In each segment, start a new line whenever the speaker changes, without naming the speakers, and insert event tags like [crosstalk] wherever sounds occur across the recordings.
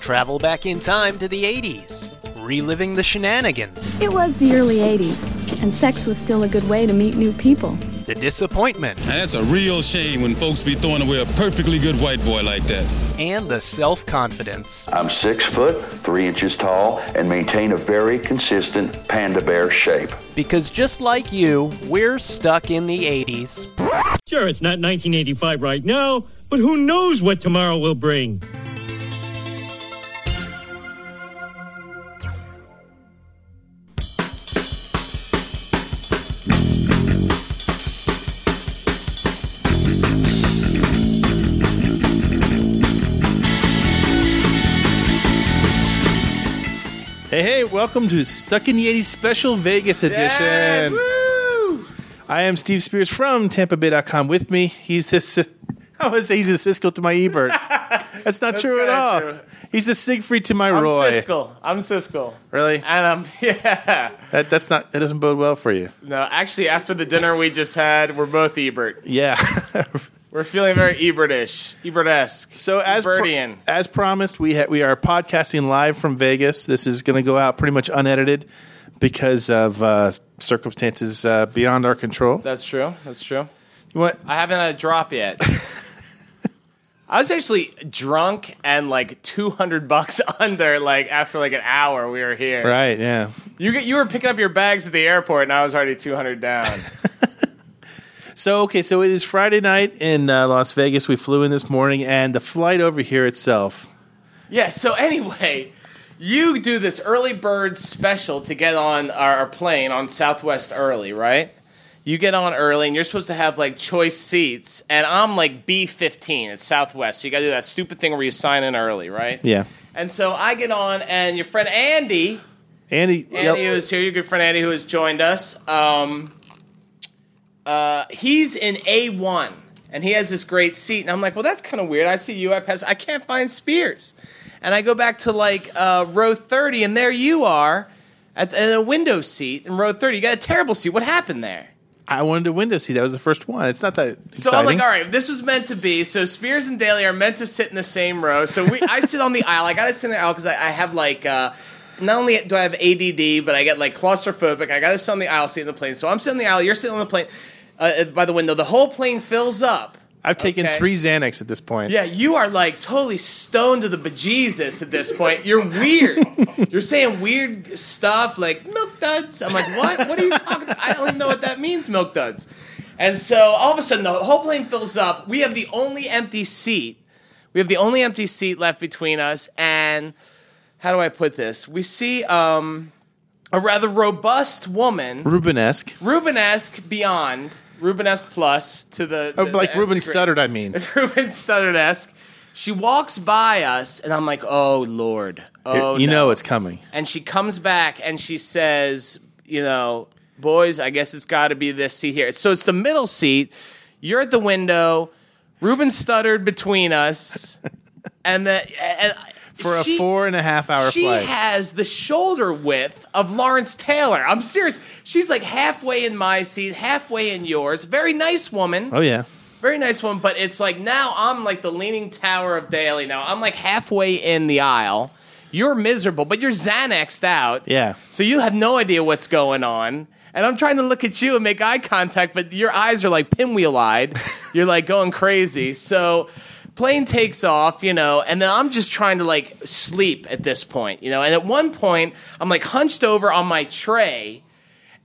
travel back in time to the 80s, reliving the shenanigans,
It was the early 80s, and sex was still a good way to meet new people.
the disappointment,
Now that's a real shame when folks be throwing away a perfectly good white boy like that.
and the self confidence.
I'm six foot, three inches tall, and maintain a very consistent panda bear shape.
Because just like you, we're stuck in the 80s,
Sure, it's not 1985 right now, but who knows what tomorrow will bring.
Hey, hey, welcome to Stuck in the 80s Special Vegas Edition. I am Steve Spears from TampaBay.com. With me, he's this. [laughs] I was he's the Siskel to my
[laughs]
Ebert. That's not true at
kinda
all.
true.
He's the Siegfried to my
I'm
Roy.
Siskel. I'm Siskel.
Really?
And um, [laughs] yeah.
That, that's not. That doesn't bode well for you.
No, actually, after the dinner we just had, we're both Ebert.
Yeah. [laughs]
We're feeling very Ebertish, Ebert-esque.
so as pro-
Ebertian.
as promised, we ha- we are podcasting live from Vegas. This is going to go out pretty much unedited because of uh, circumstances uh, beyond our control.
That's true. That's true.
You want
I haven't had a drop yet. [laughs] I was actually drunk and like 200 bucks [laughs] under like after like an hour we were here.
right? Yeah.
You get, you were picking up your bags at the airport and I was already 200 down.
So okay, so it is Friday night in uh, Las Vegas. We flew in this morning, and the flight over here itself.
Yeah, so [laughs] anyway, you do this early bird special to get on our our plane on Southwest early, right? You get on early and you're supposed to have like choice seats, and I'm like B15 at Southwest. So you gotta do that stupid thing where you sign in early, right?
Yeah,
And so I get on, and your friend Andy,
Andy.
Andy
yep.
who's here, your good friend Andy who has joined us. Um, uh, he's in A1 and he has this great seat. And I'm like, well, that's kind of weird. I see you. I pass. I can't find Spears. And I go back to like uh, row 30 and there you are at the, in a window seat in row 30. You got a terrible seat. What happened there?
I wanted a window seat. That was the first one. It's not that
So
exciting.
I'm like, all right, this was meant to be. So Spears and Daly are meant to sit in the same row. So we, I sit on the [laughs] aisle. I gotta sit in the aisle because I, I have like, uh, not only do I have ADD, but I get like claustrophobic. I gotta sit on the aisle, sit in the plane. So I'm sitting in the aisle. You're sitting on the plane uh, by the window. The whole plane fills up.
I've taken
okay.
three Xanax at this point.
Yeah, you are like totally stoned to the bejesus at this point. You're
[laughs]
weird. You're saying weird stuff like milk duds. I'm like, what? What are you talking about? I don't even know what that means, milk duds. And so all of a sudden, the whole plane fills up. We have the only empty seat. We have the only empty seat left between us. And how do I put this? We see um, a rather robust woman,
Rubenesque.
Rubenesque beyond, Rubenesque plus to the.
Oh,
the-
like
the-
Ruben
the-
stuttered. I mean,
Ruben Studdard esque. She walks by us, and I'm like, oh, Lord. [laughs] Oh,
you
no.
know it's coming.
And she comes back and she says, you know, boys, I guess it's got to be this seat here. So it's the middle seat. You're at the window. Ruben stuttered
[laughs]
between us. And the. And
For a
she-
four and a half hour
she
flight.
has the shoulder width of Lawrence Taylor. I'm serious. She's like halfway in my seat, halfway in yours. Very nice woman
oh yeah.
very nice one but it's like now i'm like the leaning tower of daily now i'm like halfway in the aisle you're miserable but you're xanaxed out
Yeah.
so you have no idea what's going on and i'm trying to look at you and make eye contact but your eyes are like pinwheel eyed you're like going crazy so plane takes off you know and then i'm just trying to like sleep at this point you know and at one point i'm like hunched over on my tray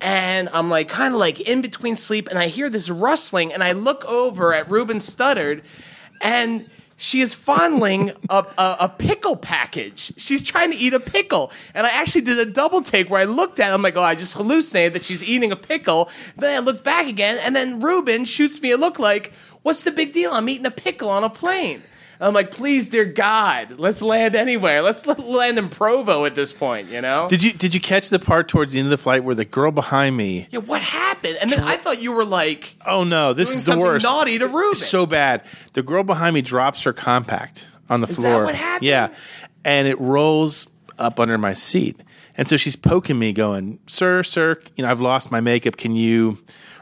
and I'm like kind of like in between sleep, and I hear this rustling, and I look over at Ruben Studdard, and she is fondling a, a, a pickle package. She's trying to eat a pickle, and I actually did a double take where I looked at, it, I'm like, oh, I just hallucinated that she's eating a pickle. Then I look back again, and then Ruben shoots me a look like, what's the big deal? I'm eating a pickle on a plane. I'm like, please, dear God, let's land anywhere. Let's l- land in Provo at this point, you know?
Did you did you catch the part towards the end of the flight where the girl behind me?
Yeah, what happened? And then I thought you were like
Oh no, this
doing
is the
something
worst.
naughty to Ruben.
so bad. The girl behind me drops her compact on the
Is that
floor.
what happened?
Yeah. And it rolls up under my seat. And so she's poking me, going, Sir, sir, you know, I've lost my makeup. Can you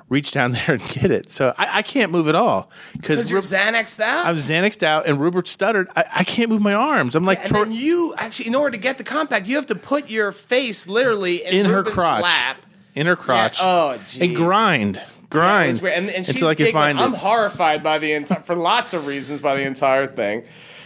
reach down [laughs] there and get it. So I, I can't move at all because
Because you're Xanaxed out?
I was Xanaxed out and Rupert stuttered. I, I can't move my arms. I'm like
and
tor-
then you actually, in order to get the compact, you have to put your face literally in,
in her
Ruben's
crotch,
lap.
in her crotch.
Oh, geez.
and grind,
That
grind
was weird. And, and she's
until I can
giggling.
find
I'm
it.
horrified by the entire for lots of reasons by the entire thing.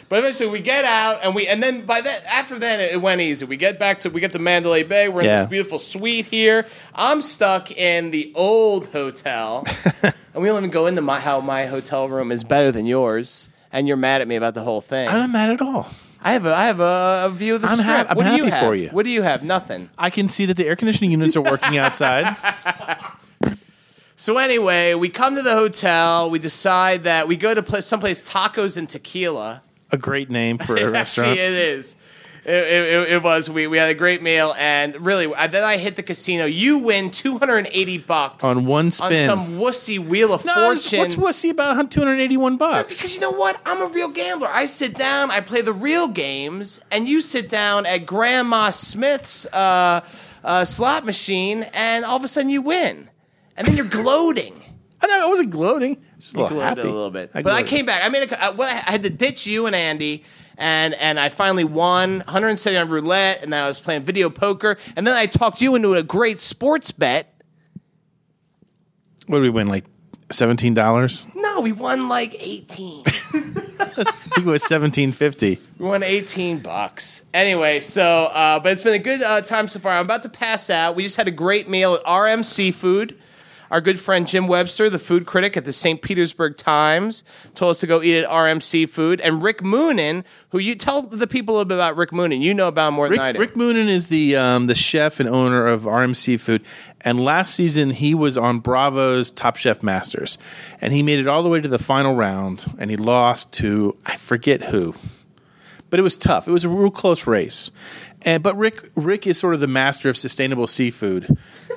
But eventually we get out and we and then by that after then it, it went easy. We get back to we get to Mandalay Bay. We're in
Yeah.
this beautiful suite here. I'm stuck in the old hotel.
[laughs]
and we don't even go into my how my hotel room is better than yours. And you're mad at me about the whole thing.
I'm not mad at all.
I have a I have a, a view of the
I'm
strip.
hap- I'm
what do you
happy
have?
for you.
What do you have? Nothing.
I can see that the air conditioning units are
[laughs]
working outside.
So anyway, we come to the hotel. We decide that we go to place, someplace tacos and tequila.
A great name for a restaurant.
Actually, it is. It, it, it was. We, we had a great meal, and really, I, then I hit the casino. You win two hundred and eighty bucks
On one
on
spin.
some wussy wheel of
no, it's-
fortune.
what's wussy about 281 bucks?
[laughs] because you know what? I'm a real gambler. I sit down, I play the real games, and you sit down at Grandma Smith's uh, uh, slot machine, and all of a sudden you win, and then you're [laughs] gloating.
I know I wasn't gloating. Just a
You
little
gloated
happy
a little bit. but I
gloated.
came back. I made a, I, well, I had to ditch you and Andy, and and I finally won 170 on roulette, and then I was playing video poker, and then I talked you into a great sports bet.
What did we win? Like seventeen dollars?
No, we won like 18. [laughs]
I think it was seventeen fifty.
we won 18 bucks. Anyway, so uh, but it's been a good uh, time so far. I'm about to pass out. We just had a great meal at RM Seafood. Our good friend Jim Webster, the food critic at the St. Petersburg Times, told us to go eat at RMC Food. And Rick Moonen, who you tell the people a little bit about Rick Moonen. You know about him more than I
Rick,
do.
Rick Moonen is the um, the chef and owner of RMC Food, and last season he was on Bravo's Top Chef Masters, and he made it all the way to the final round, and he lost to I forget who, but it was tough. It was a real close race, and but Rick Rick is sort of the master of sustainable seafood. [laughs]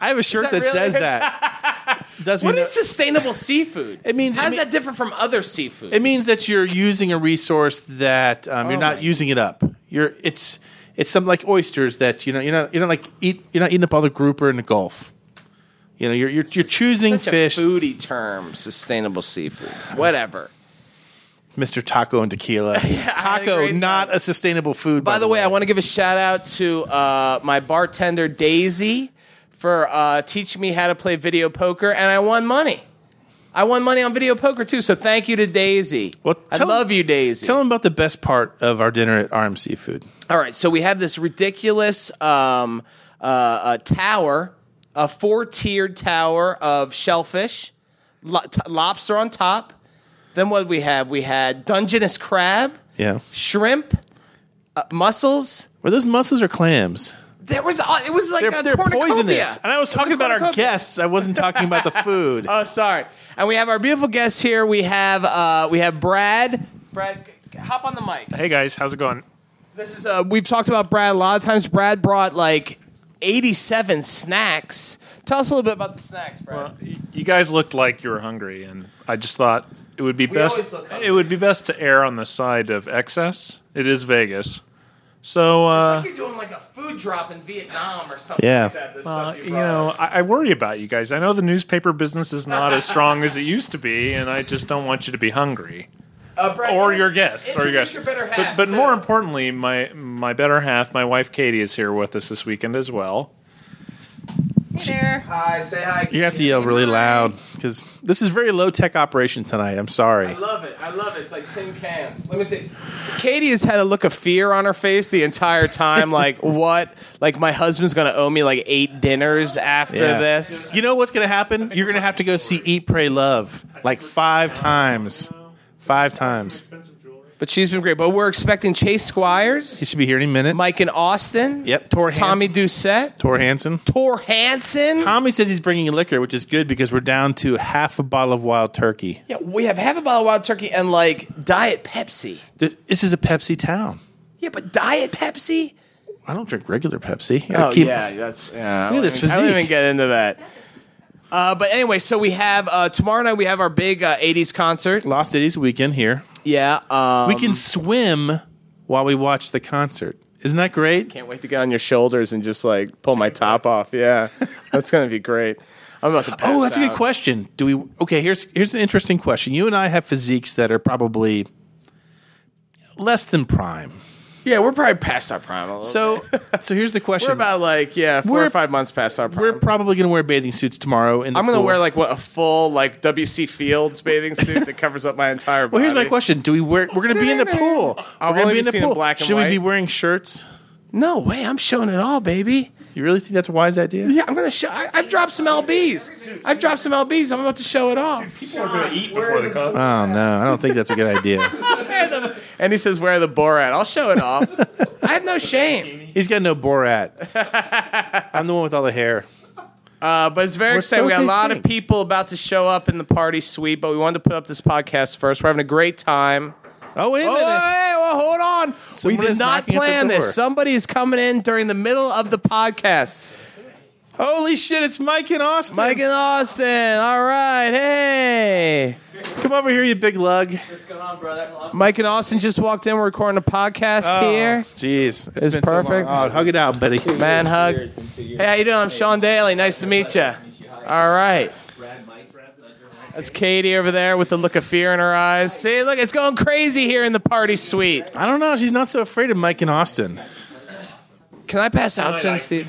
I have a shirt
that
that,
really
says
his-
that.
[laughs]
Does
what
mean
is sustainable seafood?
It means-
how's
it mean-
that different from other seafood?
It means that you're using a resource that um,
Oh
you're not using it up. You're it's it's something like oysters that you know you're not you're not like eat you're not eating up all the grouper in the Gulf. You know you're you're, you're choosing
Such
fish,
A foodie term, sustainable seafood. Whatever.
Mr. Taco and
[laughs]
Tequila.
had a
Taco,
great time.
not a sustainable food.
By the way, I want to give a shout out to uh, my bartender Daisy for uh, teaching me how to play video poker, and I won money. I won money on video poker too, so thank you to Daisy.
Well,
I
tell-
love you, Daisy.
tell them about the best part of our dinner at RMC Food.
All right, so we have this ridiculous um, uh, uh, tower, a four-tiered tower of shellfish, lo- t- lobster on top. Then what did we have? We had Dungeness crab,
Yeah,
shrimp, uh, mussels.
were those mussels or clams?
There was uh, it was like
They're,
a
they're
cornucopia.
poisonous. And I was
It a
talking about our
cornucopia.
guests. I wasn't talking about
[laughs]
the food.
Oh, sorry. And we have our beautiful guests here. We have uh, we have Brad. Brad, g- hop on the mic.
Hey guys, how's it going?
This is uh, we've talked about Brad a lot of times. Brad brought like eighty-seven snacks. Tell us a little bit about the snacks, Brad.
Y- You guys looked like you were hungry, and I just thought it would be
always
best.
look hungry.
It would be best to err on the side of excess. It is Vegas, so uh,
you're doing like a food drop in Vietnam or something
Yeah.
like that. This
uh,
stuff you
you
brought
know
us.
I, I worry about you guys. I know the newspaper business is not as strong as it used to be, and I just don't want you to be hungry.
Uh, Brad,
or
introduce
your guests, or your guests.
your better
but
half,
but
too.
more importantly, my my better half, my wife Katie, is here with us this weekend as well.
Hi, say hi.
You have to yell really loud because this is very low tech operation tonight. I'm sorry.
I love it. I love it. It's like tin cans. Let me see. Katie has had a look of fear on her face the entire time. [laughs] like, what? Like, my husband's going to owe me like eight dinners after this.
You know what's going to happen? You're going to have to go see Eat, Pray, Love like five times. Five times.
But she's been great. But we're expecting Chase
He
Squires,
should be here any minute.
Mike and Austin.
Yep, Tor
Tommy
Hansen.
Doucette.
Tor Hansen.
Tor Hansen.
Tommy says he's bringing liquor, which is good because we're down to half a bottle of wild turkey.
yeah, we have half a bottle of wild turkey and like Diet Pepsi.
Th- This is a Pepsi town.
Yeah, but Diet Pepsi?
I don't drink regular Pepsi. I
Oh
keep-
yeah, that's yeah.
Look
I
at
don't
this
even- I don't
physique.
even get into that. Uh, but anyway, so we have uh, tomorrow night. We have our big uh, '80s concert.
Lost Cities weekend here.
Yeah, um,
We can swim while we watch the concert. Isn't that great?
Can't wait to get on your shoulders and just like pull my top off. Yeah, that's gonna be great. I'm [laughs] about to pass
Oh, that's a
out.
good question. Do we? Okay, here's here's an interesting question. You and I have physiques that are probably less than prime.
Yeah, we're probably past our prime. A little bit.
So, so here's the question.
[laughs] we're about like yeah, 4
We're-
or five months past our prime.
We're probably going to wear bathing suits tomorrow. In the
I'm gonna
pool.
wear like what a full like WC Fields bathing suit that covers up my entire body.
Well, here's my question: Do we wear? We're going to be in the pool.
I've
We're going to
only
be in the
seen it
pool.
black and
Should we be
white.
wearing shirts?
No way, I'm showing it all, baby.
You really think that's a wise idea?
Yeah, I'm gonna show. I, I've dropped some lbs. I've dropped some lbs. I'm about to show it off.
Eat before the concert.
Oh no, I don't think that's a good idea.
[laughs] And he says, "Where are the Borat?" I'll show it off. [laughs] I have no shame,
He's got no
[laughs]
Borat. I'm the one with all the hair.
uh, but it's very
We're
exciting.
so
we got a
they
lot
think.
of people about to show up in the party suite, but we wanted to put up this podcast first. We're having a great time.
Oh wait a
Oh,
minute.
hey, well, hold on.
Someone
we did
is
not
knocking at the
plan
door.
this. Somebody is coming in during the middle of the podcast.
Holy shit! It's Mike and Austin.
Mike and Austin. All right. Hey.
come over here, you big lug.
Mike and Austin just walked in. We're recording a podcast here.
Jeez,
It's
been so long.
perfect.
oh, hug it out, buddy.
Man hug. Hey, how you doing? I'm Sean Daly. Nice to meet you. All right. That's Katie over there with the look of fear in her eyes. See, look, it's going crazy here in the party suite.
I don't know. She's not so afraid of Mike and Austin.
Can Oh, I pass out soon, Steve?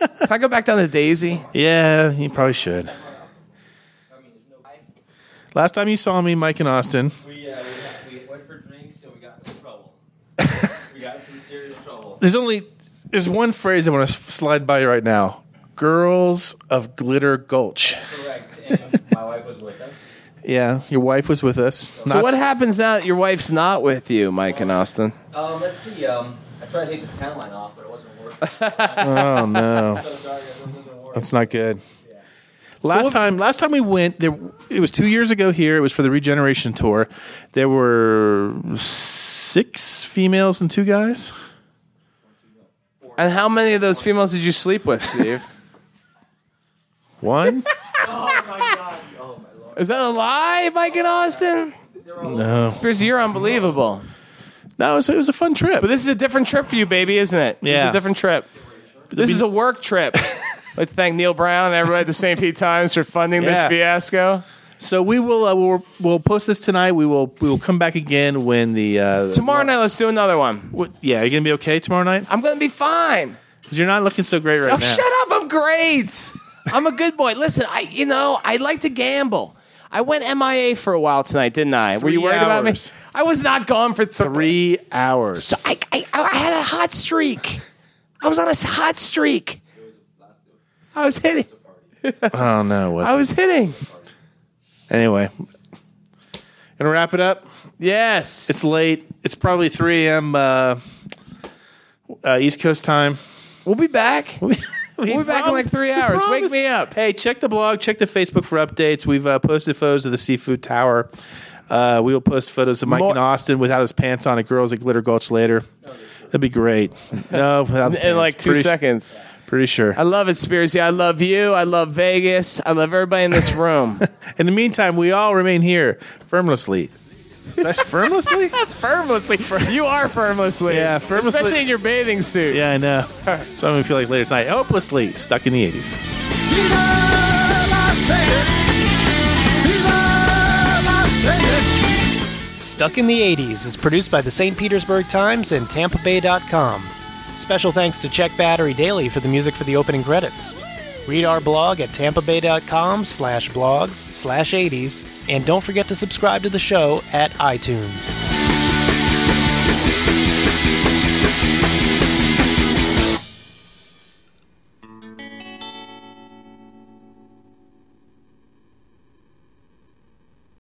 Can I go back down to Daisy?
Yeah, you probably should. Last time you saw me, Mike and Austin,
We, uh, we, we went for drinks and we got in some
[laughs]
trouble. we got in some serious trouble.
there's only there's one phrase I want to slide by you right now. Girls of Glitter Gulch.
Correct. And my wife was with us.
Yeah, your wife was with us.
So what happens now that your wife's not with you, Mike and Austin?
Um, let's see. Um, I tried to take the tan line off, but it wasn't working.
Oh no,
so sorry, it wasn't working.
that's not good. Last time, last time we went, there it was two years ago. Here, it was for the Regeneration tour. There were six females and two guys.
And how many of those females did you sleep with, Steve?
[laughs] One.
[laughs] Is that a lie, Mike and Austin?
No,
Spears, you're unbelievable.
no, it was, it was a fun trip.
But this is a different trip for you, baby, isn't it? This is
Yeah.
a different trip. This is a work
[laughs]
trip. I'd like to thank Neil Brown and everybody at the St. Pete Times for funding this
Yeah.
fiasco.
So we will uh, we'll, we'll post this tonight. We will we will come back again when the uh,
Tomorrow night, let's do another one.
What, yeah, you're gonna be okay tomorrow night.
I'm going to be fine.
'Cause you're not looking so great right
Oh,
now.
shut up! I'm great. I'm a good boy. Listen, I you know I like to gamble. I went MIA for a while tonight, didn't I? Were you
Three
worried about me?
hours.
I was not gone for th-
Three hours.
So I, I I had a hot streak. I was on a s- hot streak. I was hitting.
Oh no, it wasn't.
I was hitting.
anyway. Gonna wrap it up.
Yes.
It's late. It's probably 3 a.m. Uh, uh, East Coast time.
we'll be [laughs] back.
we
We'll be back in like
promised-
three
we
hours. Wake
promised-
me up.
Hey, check the blog, check the Facebook for updates. We've uh, posted photos of the Seafood Tower. Uh, we will post photos of Mike
More-
and Austin without his pants on at Girls at Glitter Gulch later. That'd be great.
[laughs]
No, without the
In like
pants.
two
pretty,
seconds.
Pretty sure.
I love it, Spears. Yeah, I love you. I love Vegas. I love everybody in this [laughs] room.
In the meantime, we all remain here firmlessly. That's firmlessly?
firmlessly. You are
[laughs]
firmlessly.
Yeah, firmlessly.
Especially in your bathing suit.
Yeah, I know. So I'm gonna feel like later tonight. Hopelessly stuck in the '80s.
Stuck in the 80s is produced by the St. Petersburg Times and TampaBay.com. Special thanks to Check Battery Daily for the music for the opening credits. Read our blog at tampabay.com slash blogs slash 80s, and don't forget to subscribe to the show at iTunes.